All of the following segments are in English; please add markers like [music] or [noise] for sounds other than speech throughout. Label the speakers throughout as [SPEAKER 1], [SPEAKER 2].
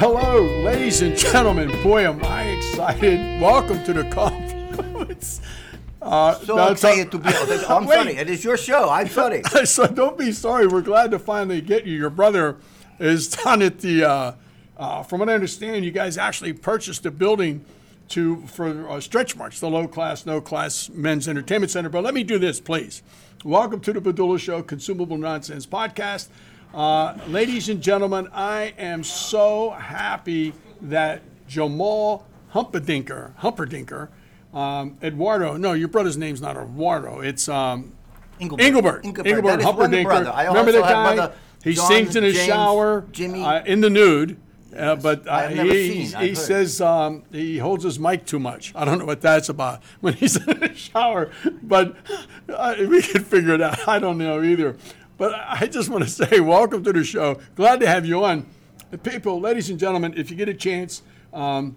[SPEAKER 1] Hello, ladies and gentlemen. Boy, am I excited! Welcome to the conference. Uh,
[SPEAKER 2] So
[SPEAKER 1] that's-
[SPEAKER 2] excited to be.
[SPEAKER 1] [laughs]
[SPEAKER 2] I'm
[SPEAKER 1] Wait.
[SPEAKER 2] sorry. It is your show. I'm sorry.
[SPEAKER 1] [laughs] so don't be sorry. We're glad to finally get you. Your brother is [laughs] down at the. Uh, uh, from what I understand, you guys actually purchased a building to for uh, stretch marks, the low class, no class men's entertainment center. But let me do this, please. Welcome to the Padula Show, consumable nonsense podcast. Uh, ladies and gentlemen, I am so happy that Jamal Humpadinker, Humperdinker, um, Eduardo. No, your brother's name's not Eduardo. It's um, Engelbert. Engelbert.
[SPEAKER 2] That is one
[SPEAKER 1] Humperdincker.
[SPEAKER 2] brother. I
[SPEAKER 1] Remember
[SPEAKER 2] also
[SPEAKER 1] that
[SPEAKER 2] have
[SPEAKER 1] guy?
[SPEAKER 2] brother
[SPEAKER 1] he
[SPEAKER 2] John,
[SPEAKER 1] sings in his
[SPEAKER 2] James,
[SPEAKER 1] shower,
[SPEAKER 2] Jimmy.
[SPEAKER 1] uh, in the nude. Uh, but uh,
[SPEAKER 2] I have never
[SPEAKER 1] he,
[SPEAKER 2] seen, I've
[SPEAKER 1] he
[SPEAKER 2] heard.
[SPEAKER 1] says um, he holds his mic too much. I don't know what that's about [laughs] when he's in the shower, but uh, we can figure it out. I don't know either. But I just want to say, welcome to the show. Glad to have you on. People, ladies and gentlemen, if you get a chance, um,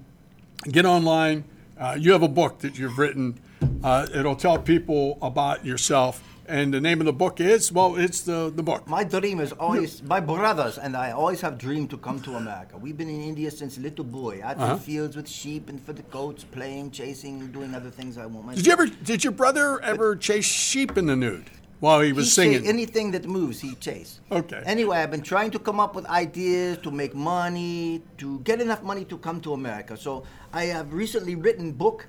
[SPEAKER 1] get online. Uh, you have a book that you've written. Uh, it'll tell people about yourself. And the name of the book is well, it's the the book.
[SPEAKER 2] my dream is always my brothers and I always have dreamed to come to America. We've been in India since little boy, out
[SPEAKER 1] Uh-huh.
[SPEAKER 2] in the fields with sheep and for the goats, playing, chasing, doing other things I want. My
[SPEAKER 1] Did you ever? Did your brother ever chase sheep in the nude while he was
[SPEAKER 2] He chase-
[SPEAKER 1] singing?
[SPEAKER 2] anything that moves, he chase.
[SPEAKER 1] Okay.
[SPEAKER 2] Anyway, I've been trying to come up with ideas to make money, to get enough money to come to America. So I have recently written book.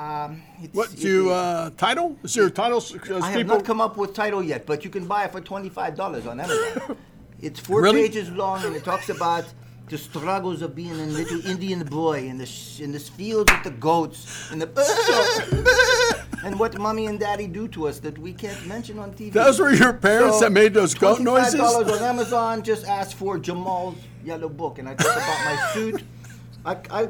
[SPEAKER 2] Um, it's-
[SPEAKER 1] what
[SPEAKER 2] it-
[SPEAKER 1] do you uh, title? Is there a title? uh, 'Cause
[SPEAKER 2] I have
[SPEAKER 1] people- [laughs]
[SPEAKER 2] not come up with title yet, but you can buy it for twenty-five dollars on
[SPEAKER 1] [laughs]
[SPEAKER 2] Amazon. it's four
[SPEAKER 1] Really?
[SPEAKER 2] pages long, and it talks about the struggles of being a little Indian boy in the sh- in this field with the goats and the [laughs] and what mommy and daddy do to us that we can't mention on TV.
[SPEAKER 1] Those were your parents that made those goat noises?
[SPEAKER 2] $25 on Amazon. Just ask for Jamal's yellow book, and I talk about my suit. I, I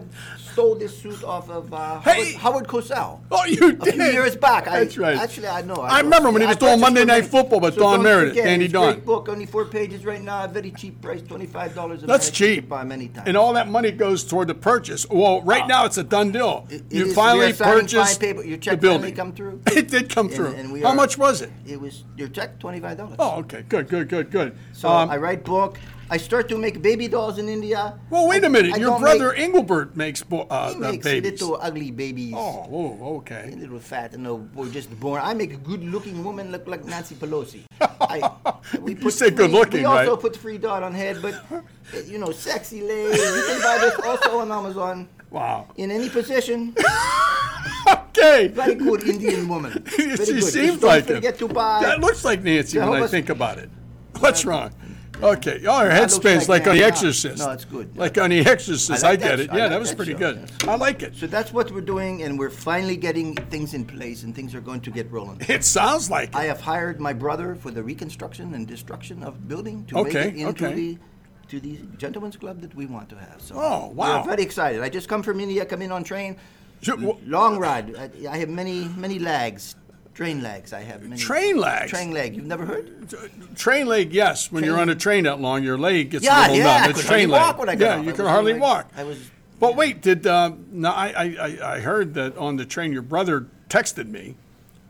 [SPEAKER 2] stole this suit off of uh,
[SPEAKER 1] Hey!
[SPEAKER 2] Howard, Howard Cosell.
[SPEAKER 1] [laughs] Oh, you
[SPEAKER 2] A
[SPEAKER 1] did.
[SPEAKER 2] few years back. I,
[SPEAKER 1] That's right.
[SPEAKER 2] Actually, I know.
[SPEAKER 1] I remember when he was doing
[SPEAKER 2] purchased
[SPEAKER 1] Monday
[SPEAKER 2] from
[SPEAKER 1] Night
[SPEAKER 2] him.
[SPEAKER 1] Football with
[SPEAKER 2] So
[SPEAKER 1] Don
[SPEAKER 2] don't
[SPEAKER 1] Meredith,
[SPEAKER 2] forget,
[SPEAKER 1] Danny
[SPEAKER 2] it's a great
[SPEAKER 1] Don.
[SPEAKER 2] book, only four pages right now. Very cheap price, twenty-five dollars.
[SPEAKER 1] That's cheap.
[SPEAKER 2] Buy many times.
[SPEAKER 1] And all that money goes toward the purchase. Well, right now it's a done deal.
[SPEAKER 2] Ah. It- it
[SPEAKER 1] you
[SPEAKER 2] is- we
[SPEAKER 1] finally
[SPEAKER 2] are signing fine
[SPEAKER 1] purchased
[SPEAKER 2] paper. Your
[SPEAKER 1] the
[SPEAKER 2] check
[SPEAKER 1] building.
[SPEAKER 2] finally come through.
[SPEAKER 1] [laughs] It did come
[SPEAKER 2] And-
[SPEAKER 1] through.
[SPEAKER 2] and we
[SPEAKER 1] How
[SPEAKER 2] are-
[SPEAKER 1] much was it?
[SPEAKER 2] It was your check, twenty-five dollars.
[SPEAKER 1] Oh, okay. Good, good, good, good. Um,
[SPEAKER 2] So I write book. I start to make baby dolls in India.
[SPEAKER 1] well, wait
[SPEAKER 2] I-
[SPEAKER 1] a minute.
[SPEAKER 2] I
[SPEAKER 1] Your
[SPEAKER 2] don't
[SPEAKER 1] brother
[SPEAKER 2] make,
[SPEAKER 1] Engelbert makes bo- uh,
[SPEAKER 2] he
[SPEAKER 1] the
[SPEAKER 2] makes
[SPEAKER 1] babies.
[SPEAKER 2] little ugly babies.
[SPEAKER 1] Oh, oh, okay.
[SPEAKER 2] Little fat and old boy just born. I make a good-looking woman look like
[SPEAKER 1] [laughs]
[SPEAKER 2] Nancy Pelosi. I,
[SPEAKER 1] You say good-looking,
[SPEAKER 2] We also
[SPEAKER 1] right?
[SPEAKER 2] put free dot on head, but uh, you know, sexy lady. You can buy this also on Amazon.
[SPEAKER 1] Wow.
[SPEAKER 2] In any position,
[SPEAKER 1] [laughs] Okay.
[SPEAKER 2] very good Indian woman. Very
[SPEAKER 1] [laughs] she
[SPEAKER 2] good.
[SPEAKER 1] seems
[SPEAKER 2] Don't
[SPEAKER 1] like
[SPEAKER 2] forget
[SPEAKER 1] it.
[SPEAKER 2] to buy.
[SPEAKER 1] That looks like Nancy
[SPEAKER 2] Yeah,
[SPEAKER 1] when I
[SPEAKER 2] almost-
[SPEAKER 1] think about it. What's wrong? Okay, oh, her head
[SPEAKER 2] looks
[SPEAKER 1] spins
[SPEAKER 2] like
[SPEAKER 1] like on The
[SPEAKER 2] Nancy.
[SPEAKER 1] Exorcist.
[SPEAKER 2] No, it's good.
[SPEAKER 1] Like on The Exorcist,
[SPEAKER 2] I
[SPEAKER 1] I
[SPEAKER 2] like
[SPEAKER 1] get
[SPEAKER 2] that-
[SPEAKER 1] it.
[SPEAKER 2] I
[SPEAKER 1] Yeah,
[SPEAKER 2] like
[SPEAKER 1] that was
[SPEAKER 2] that
[SPEAKER 1] pretty
[SPEAKER 2] show,
[SPEAKER 1] good.
[SPEAKER 2] yes.
[SPEAKER 1] I like it.
[SPEAKER 2] So that's what we're doing, and we're finally getting things in place, and things are going to get rolling.
[SPEAKER 1] It sounds like
[SPEAKER 2] I
[SPEAKER 1] it.
[SPEAKER 2] have hired my brother for the reconstruction and destruction of building to
[SPEAKER 1] Okay,
[SPEAKER 2] make it into
[SPEAKER 1] okay.
[SPEAKER 2] the to the gentlemen's club that we want to have. So
[SPEAKER 1] Oh, wow.
[SPEAKER 2] we're very excited. I just come from India. Come in on train,
[SPEAKER 1] Ju- w-
[SPEAKER 2] long ride. I, I have many many lags, train lags. I have many
[SPEAKER 1] Train lags?
[SPEAKER 2] Train lag. You've never heard?
[SPEAKER 1] Train leg, yes. When you're on a train that long, your leg gets a
[SPEAKER 2] yeah,
[SPEAKER 1] little
[SPEAKER 2] yeah. I
[SPEAKER 1] numb. It's
[SPEAKER 2] could
[SPEAKER 1] train
[SPEAKER 2] hardly
[SPEAKER 1] leg.
[SPEAKER 2] walk when I got
[SPEAKER 1] yeah,
[SPEAKER 2] off.
[SPEAKER 1] you
[SPEAKER 2] I
[SPEAKER 1] can
[SPEAKER 2] was
[SPEAKER 1] hardly
[SPEAKER 2] like-
[SPEAKER 1] walk.
[SPEAKER 2] I was.
[SPEAKER 1] But wait, did uh, no? I, I I- I heard that on the train, your brother texted me.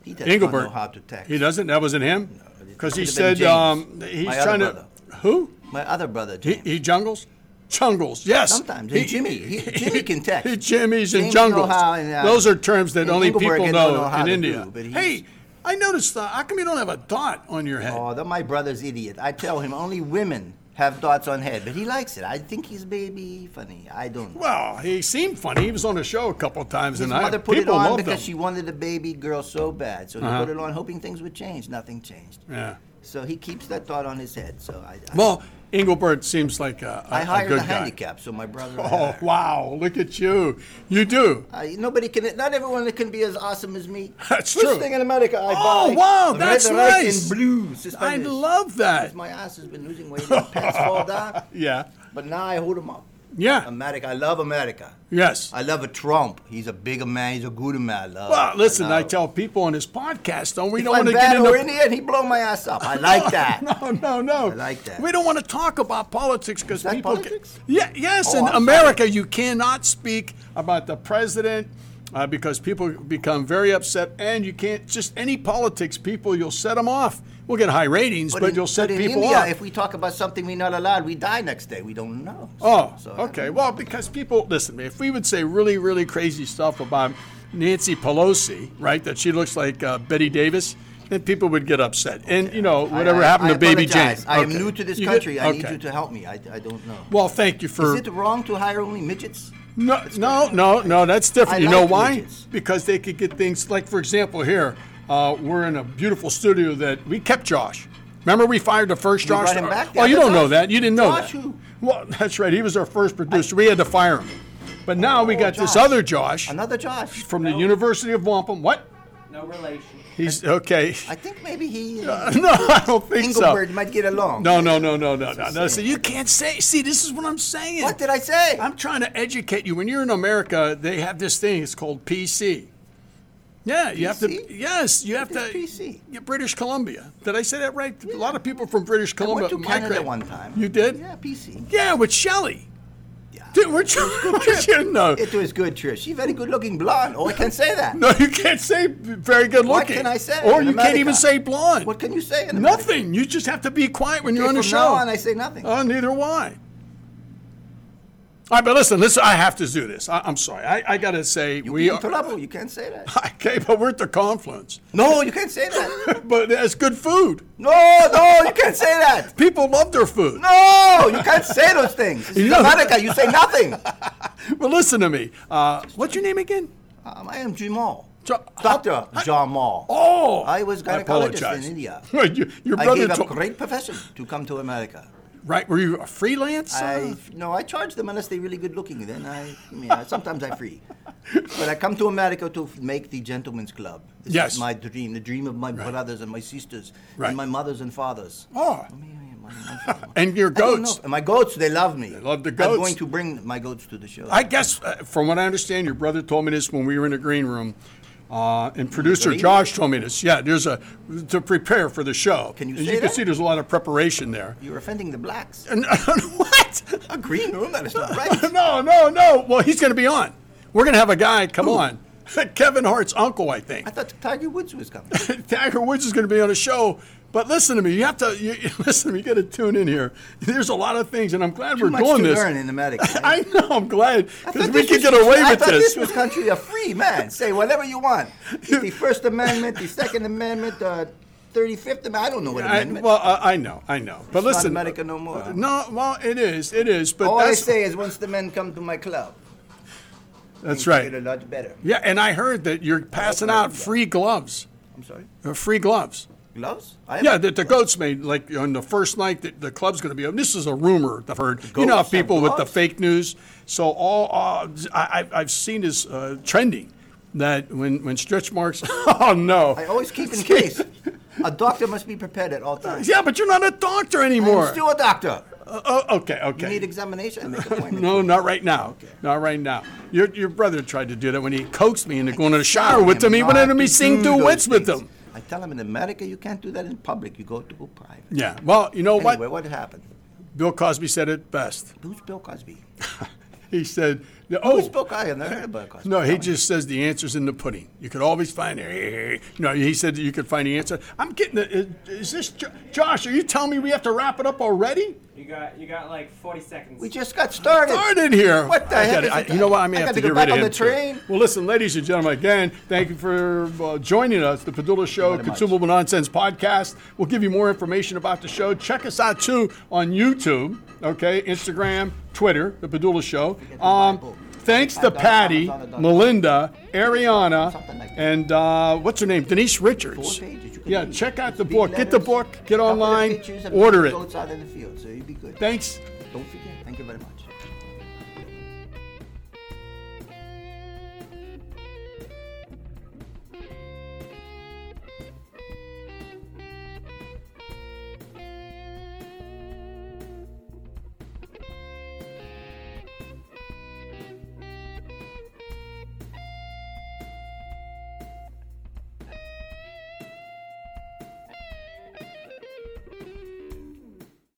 [SPEAKER 2] He does
[SPEAKER 1] Engelbert.
[SPEAKER 2] not know how to text.
[SPEAKER 1] He doesn't. That wasn't him.
[SPEAKER 2] it
[SPEAKER 1] Because he
[SPEAKER 2] could
[SPEAKER 1] said
[SPEAKER 2] have been James,
[SPEAKER 1] um, he's
[SPEAKER 2] my other
[SPEAKER 1] trying to.
[SPEAKER 2] brother.
[SPEAKER 1] Who?
[SPEAKER 2] My other brother.
[SPEAKER 1] He,
[SPEAKER 2] James.
[SPEAKER 1] he jungles. Jungles. Yes.
[SPEAKER 2] Sometimes. And Jimmy. He- Jimmy can text.
[SPEAKER 1] He Jimmy's and
[SPEAKER 2] James know
[SPEAKER 1] jungles.
[SPEAKER 2] how, and, uh,
[SPEAKER 1] Those are terms that
[SPEAKER 2] and
[SPEAKER 1] only
[SPEAKER 2] Engelbert
[SPEAKER 1] people
[SPEAKER 2] don't
[SPEAKER 1] know,
[SPEAKER 2] know how
[SPEAKER 1] in
[SPEAKER 2] to
[SPEAKER 1] India.
[SPEAKER 2] do, but he's-
[SPEAKER 1] hey, I noticed. Uh, how come you don't have a dot on your head?
[SPEAKER 2] Oh, that my brother's idiot. I tell him only women have dots on head, but he likes it. I think he's baby funny. I don't. know.
[SPEAKER 1] Well, he seemed funny. He was on the show a couple times,
[SPEAKER 2] His
[SPEAKER 1] and I
[SPEAKER 2] mother put it
[SPEAKER 1] people
[SPEAKER 2] on
[SPEAKER 1] loved
[SPEAKER 2] because
[SPEAKER 1] him. Uh-huh.
[SPEAKER 2] she wanted a baby girl so bad. So he put it on hoping things would change. Nothing changed.
[SPEAKER 1] yeah.
[SPEAKER 2] So he keeps that thought on his head. So I, I,
[SPEAKER 1] Well, Engelbert seems like a, a,
[SPEAKER 2] I
[SPEAKER 1] a
[SPEAKER 2] hired
[SPEAKER 1] good
[SPEAKER 2] a
[SPEAKER 1] guy.
[SPEAKER 2] handicap. So my brother. I
[SPEAKER 1] Oh
[SPEAKER 2] hired.
[SPEAKER 1] wow! Look at you. You do.
[SPEAKER 2] I- nobody can. Not everyone can be as awesome as me.
[SPEAKER 1] [laughs] That's
[SPEAKER 2] First
[SPEAKER 1] true.
[SPEAKER 2] thing in America, I
[SPEAKER 1] Oh,
[SPEAKER 2] buy
[SPEAKER 1] wow,
[SPEAKER 2] red,
[SPEAKER 1] that's
[SPEAKER 2] white,
[SPEAKER 1] nice.
[SPEAKER 2] And blue.
[SPEAKER 1] I
[SPEAKER 2] suspenders.
[SPEAKER 1] love that.
[SPEAKER 2] My ass has been losing weight. and Pants
[SPEAKER 1] [laughs]
[SPEAKER 2] fall down.
[SPEAKER 1] Yeah.
[SPEAKER 2] But now I hold him up.
[SPEAKER 1] Yeah.
[SPEAKER 2] America. I love America.
[SPEAKER 1] Yes.
[SPEAKER 2] I love a Trump. He's a bigger man. He's a good man. I love
[SPEAKER 1] Well,
[SPEAKER 2] him.
[SPEAKER 1] listen,
[SPEAKER 2] love
[SPEAKER 1] I
[SPEAKER 2] him.
[SPEAKER 1] tell people on this podcast, don't we
[SPEAKER 2] If
[SPEAKER 1] don't want to
[SPEAKER 2] I'm
[SPEAKER 1] get
[SPEAKER 2] bad
[SPEAKER 1] into
[SPEAKER 2] or Indian, he blow my ass up. I like that.
[SPEAKER 1] [laughs] No, no, no.
[SPEAKER 2] I like that.
[SPEAKER 1] We don't want to talk about politics because
[SPEAKER 2] that
[SPEAKER 1] people.
[SPEAKER 2] politics?
[SPEAKER 1] Get, yeah, yes,
[SPEAKER 2] Oh,
[SPEAKER 1] in
[SPEAKER 2] I'm
[SPEAKER 1] America, you cannot speak about the president uh, because people become very upset, and you can't just any politics people. You'll set them off. We'll get high ratings, but,
[SPEAKER 2] in-
[SPEAKER 1] you'll set
[SPEAKER 2] but in
[SPEAKER 1] people
[SPEAKER 2] India,
[SPEAKER 1] off.
[SPEAKER 2] if we talk about something we're not allowed, we die next day. We don't know.
[SPEAKER 1] Oh,
[SPEAKER 2] So-
[SPEAKER 1] okay. Well, because people listen. If we would say really, really crazy stuff about Nancy Pelosi, right, that she looks like uh, Betty Davis, then people would get upset. And you know,
[SPEAKER 2] I-
[SPEAKER 1] whatever
[SPEAKER 2] I-
[SPEAKER 1] happened
[SPEAKER 2] I
[SPEAKER 1] to Baby Jane?
[SPEAKER 2] apologize. I am
[SPEAKER 1] Okay.
[SPEAKER 2] new to this
[SPEAKER 1] You get-
[SPEAKER 2] country. I need
[SPEAKER 1] okay.
[SPEAKER 2] you to help me. I, I don't know.
[SPEAKER 1] Well, thank you for.
[SPEAKER 2] Is it wrong to hire only midgets?
[SPEAKER 1] No, no, no, no. That's different.
[SPEAKER 2] I
[SPEAKER 1] you know
[SPEAKER 2] like
[SPEAKER 1] why?
[SPEAKER 2] widgets.
[SPEAKER 1] Because they could get things like, for example, here uh, we're in a beautiful studio that we kept Josh. Remember, we fired the first Josh.
[SPEAKER 2] brought him back?
[SPEAKER 1] Oh,
[SPEAKER 2] Yeah,
[SPEAKER 1] you
[SPEAKER 2] but
[SPEAKER 1] don't know
[SPEAKER 2] Josh-
[SPEAKER 1] that. You didn't know
[SPEAKER 2] Josh
[SPEAKER 1] that.
[SPEAKER 2] who?
[SPEAKER 1] Well, [laughs] that's right. He was our first producer. we had to fire him. But now we
[SPEAKER 2] Oh,
[SPEAKER 1] got this
[SPEAKER 2] Josh.
[SPEAKER 1] other Josh
[SPEAKER 2] Another Josh.
[SPEAKER 1] from the University of Wampum. What?
[SPEAKER 3] No relation.
[SPEAKER 1] He's okay.
[SPEAKER 2] I think
[SPEAKER 1] [laughs]
[SPEAKER 2] maybe he
[SPEAKER 1] no, I don't think
[SPEAKER 2] Engelbert
[SPEAKER 1] so.
[SPEAKER 2] might get along.
[SPEAKER 1] No, no, no, no, no, no, no. So
[SPEAKER 2] saying.
[SPEAKER 1] you can't say. See, this is what I'm saying.
[SPEAKER 2] What did I say?
[SPEAKER 1] I'm trying to educate you. When you're in America, they have this thing. It's called PC. Yeah, you have
[SPEAKER 2] PC?
[SPEAKER 1] to. Yes, you have
[SPEAKER 2] What
[SPEAKER 1] to.
[SPEAKER 2] is PC?
[SPEAKER 1] Yeah, British Columbia. Did I say that right? A lot of people from British
[SPEAKER 2] I
[SPEAKER 1] Columbia
[SPEAKER 2] went to Canada
[SPEAKER 1] migrate.
[SPEAKER 2] one time.
[SPEAKER 1] You did?
[SPEAKER 2] Yeah, PC.
[SPEAKER 1] Yeah, with Shelley.
[SPEAKER 2] Yeah.
[SPEAKER 1] Dude, [laughs] we're trying. you know,
[SPEAKER 2] It was good, Trish. She very good looking blonde. Oh, I can say that.
[SPEAKER 1] no, you can't say very good looking.
[SPEAKER 2] What can I say
[SPEAKER 1] Or
[SPEAKER 2] in
[SPEAKER 1] you can't
[SPEAKER 2] America?
[SPEAKER 1] even say blonde.
[SPEAKER 2] What can you say? In America?
[SPEAKER 1] Nothing. You just have to be quiet when you're on
[SPEAKER 2] From
[SPEAKER 1] the
[SPEAKER 2] now
[SPEAKER 1] show.
[SPEAKER 2] on, I say nothing.
[SPEAKER 1] Oh, neither why. All right, but listen, listen. I have to do this. I, I'm sorry. I, I got to say
[SPEAKER 2] you
[SPEAKER 1] we
[SPEAKER 2] in
[SPEAKER 1] are.
[SPEAKER 2] trouble. You can't say that.
[SPEAKER 1] [laughs] Okay, but we're at the confluence.
[SPEAKER 2] No, you can't say that.
[SPEAKER 1] [laughs] but that's good food.
[SPEAKER 2] No, no, you can't say that.
[SPEAKER 1] People love their food.
[SPEAKER 2] No, you can't say those things. This
[SPEAKER 1] You
[SPEAKER 2] is
[SPEAKER 1] know-
[SPEAKER 2] America. You say nothing.
[SPEAKER 1] Well, listen to me. Uh, what's your name again?
[SPEAKER 2] Um, I am Jamal.
[SPEAKER 1] Ja-
[SPEAKER 2] Doctor Jamal.
[SPEAKER 1] Oh,
[SPEAKER 2] I was gynecologist in India.
[SPEAKER 1] You- [laughs] your
[SPEAKER 2] I
[SPEAKER 1] brother
[SPEAKER 2] gave up
[SPEAKER 1] told-
[SPEAKER 2] great profession to come to America.
[SPEAKER 1] right? Were you a freelance?
[SPEAKER 2] I
[SPEAKER 1] uh,
[SPEAKER 2] no, I charge them unless they're really good looking. Then I, yeah, sometimes
[SPEAKER 1] [laughs]
[SPEAKER 2] I free. But I come to America to f- make the gentleman's club. This
[SPEAKER 1] Yes.
[SPEAKER 2] is my dream, the dream of my brothers and my sisters
[SPEAKER 1] Right.
[SPEAKER 2] and my mothers and fathers.
[SPEAKER 1] Oh.
[SPEAKER 2] Me, me, my- my father.
[SPEAKER 1] and your
[SPEAKER 2] I don't
[SPEAKER 1] goats.
[SPEAKER 2] know. My goats, they love me. They
[SPEAKER 1] love the
[SPEAKER 2] I'm
[SPEAKER 1] goats.
[SPEAKER 2] going to bring my goats to the show.
[SPEAKER 1] I guess, uh, from what I understand, your brother told me this when we were in the green room, uh, and producer
[SPEAKER 2] green
[SPEAKER 1] Josh told me this. Yeah, there's a to prepare for the show.
[SPEAKER 2] Can you
[SPEAKER 1] and
[SPEAKER 2] say
[SPEAKER 1] you can
[SPEAKER 2] that?
[SPEAKER 1] see there's a lot of preparation there.
[SPEAKER 2] You're offending the blacks.
[SPEAKER 1] And, [laughs] what?
[SPEAKER 2] A green room? That is
[SPEAKER 1] [laughs]
[SPEAKER 2] not right.
[SPEAKER 1] no, no, no. Well, he's going to be on. We're going to have a guy come on. [laughs] Kevin Hart's uncle, I
[SPEAKER 2] [laughs]
[SPEAKER 1] think.
[SPEAKER 2] I thought Tiger Woods was coming.
[SPEAKER 1] Tiger Woods is going to be on a show. But listen to me. You have to you, [laughs] you- listen. To me, you got to tune in here. There's a lot of things, and I'm glad we're
[SPEAKER 2] much
[SPEAKER 1] doing
[SPEAKER 2] to
[SPEAKER 1] this.
[SPEAKER 2] learn in America, eh?
[SPEAKER 1] [laughs] I know. I'm glad
[SPEAKER 2] I
[SPEAKER 1] because
[SPEAKER 2] thought
[SPEAKER 1] we
[SPEAKER 2] this
[SPEAKER 1] could
[SPEAKER 2] was-
[SPEAKER 1] get away
[SPEAKER 2] I
[SPEAKER 1] with
[SPEAKER 2] thought
[SPEAKER 1] this.
[SPEAKER 2] this was country a free man. Say whatever you want. It's the First Amendment, the Second Amendment, the Thirty Fifth Amendment. I don't know what
[SPEAKER 1] I,
[SPEAKER 2] amendment.
[SPEAKER 1] well, I, I know, I know, but
[SPEAKER 2] not
[SPEAKER 1] listen, uh,
[SPEAKER 2] America no more.
[SPEAKER 1] No, well, it is, it is, but
[SPEAKER 2] All I
[SPEAKER 1] that's
[SPEAKER 2] say is once the men come to my club,
[SPEAKER 1] that's
[SPEAKER 2] Get a
[SPEAKER 1] right.
[SPEAKER 2] lot better.
[SPEAKER 1] Yeah, and I heard that you're passing out free gloves,
[SPEAKER 2] I'm sorry.
[SPEAKER 1] uh, free gloves.
[SPEAKER 2] Gloves? I have
[SPEAKER 1] Yeah, that the goats made like on the first night that the club's going to be open. This is a rumor that I've heard. You know, how
[SPEAKER 2] goats have
[SPEAKER 1] people with the
[SPEAKER 2] gloves?
[SPEAKER 1] fake news. So all uh, I, I- I've seen is uh, trending that when when stretch marks. [laughs] Oh no.
[SPEAKER 2] I always keep
[SPEAKER 1] [laughs]
[SPEAKER 2] in case. A doctor must be prepared at all times.
[SPEAKER 1] yeah, but you're not a doctor anymore.
[SPEAKER 2] I'm still a doctor.
[SPEAKER 1] Uh, oh, okay, okay.
[SPEAKER 2] You need examination. I make
[SPEAKER 1] [laughs]
[SPEAKER 2] appointments.
[SPEAKER 1] No, not right now. Not right now. Your, your brother tried to do that when he coaxed me into going to the shower with him. He
[SPEAKER 2] Not
[SPEAKER 1] wanted me
[SPEAKER 2] to
[SPEAKER 1] to sing
[SPEAKER 2] do those
[SPEAKER 1] duets with
[SPEAKER 2] things.
[SPEAKER 1] him.
[SPEAKER 2] I tell him in America you can't do that in public. You go to go private.
[SPEAKER 1] Yeah. Well, you know
[SPEAKER 2] Anyway,
[SPEAKER 1] what?
[SPEAKER 2] what happened?
[SPEAKER 1] Bill Cosby said it best.
[SPEAKER 2] Who's Bill Cosby?
[SPEAKER 1] He said,
[SPEAKER 2] Who's
[SPEAKER 1] "Oh,
[SPEAKER 2] Bill Cosby? I never heard of Bill Cosby.
[SPEAKER 1] no." He just says the answer's in the pudding. You could always find it. No, he said that you could find the answer. I'm getting the. Is, is this Jo- Josh? Are you telling me we have to wrap it up already?
[SPEAKER 3] You got you got like 40 seconds.
[SPEAKER 2] We just got started.
[SPEAKER 1] started here.
[SPEAKER 2] What the
[SPEAKER 1] I
[SPEAKER 2] heck
[SPEAKER 1] gotta-
[SPEAKER 2] is it?
[SPEAKER 1] I- you know what? I may
[SPEAKER 2] I
[SPEAKER 1] have to
[SPEAKER 2] gotta
[SPEAKER 1] get
[SPEAKER 2] go back
[SPEAKER 1] rid of
[SPEAKER 2] on
[SPEAKER 1] him.
[SPEAKER 2] the
[SPEAKER 1] too.
[SPEAKER 2] train.
[SPEAKER 1] Well, listen, ladies and gentlemen, again, thank you for uh, joining us, the Padula Show
[SPEAKER 2] very much.
[SPEAKER 1] Consumable Nonsense Podcast. We'll give you more information about the show. Check us out too on YouTube, okay, Instagram, Twitter, the Padula Show.
[SPEAKER 2] the
[SPEAKER 1] Um,
[SPEAKER 2] Bible.
[SPEAKER 1] thanks to
[SPEAKER 2] I've done-
[SPEAKER 1] Patty,
[SPEAKER 2] I've done- I've done-
[SPEAKER 1] Melinda,
[SPEAKER 2] Something
[SPEAKER 1] Ariana,
[SPEAKER 2] like that.
[SPEAKER 1] and uh, what's her name? Denise Richards.
[SPEAKER 2] Four pages. You can
[SPEAKER 1] Yeah,
[SPEAKER 2] read.
[SPEAKER 1] check out
[SPEAKER 2] It's
[SPEAKER 1] the
[SPEAKER 2] big
[SPEAKER 1] book. Get the
[SPEAKER 2] letters.
[SPEAKER 1] book. Get
[SPEAKER 2] Couple of
[SPEAKER 1] online.
[SPEAKER 2] pictures of
[SPEAKER 1] Order
[SPEAKER 2] the
[SPEAKER 1] it.
[SPEAKER 2] goats out in the field, so you'd be good.
[SPEAKER 1] Thanks.
[SPEAKER 2] Don't forget. Thank you very much.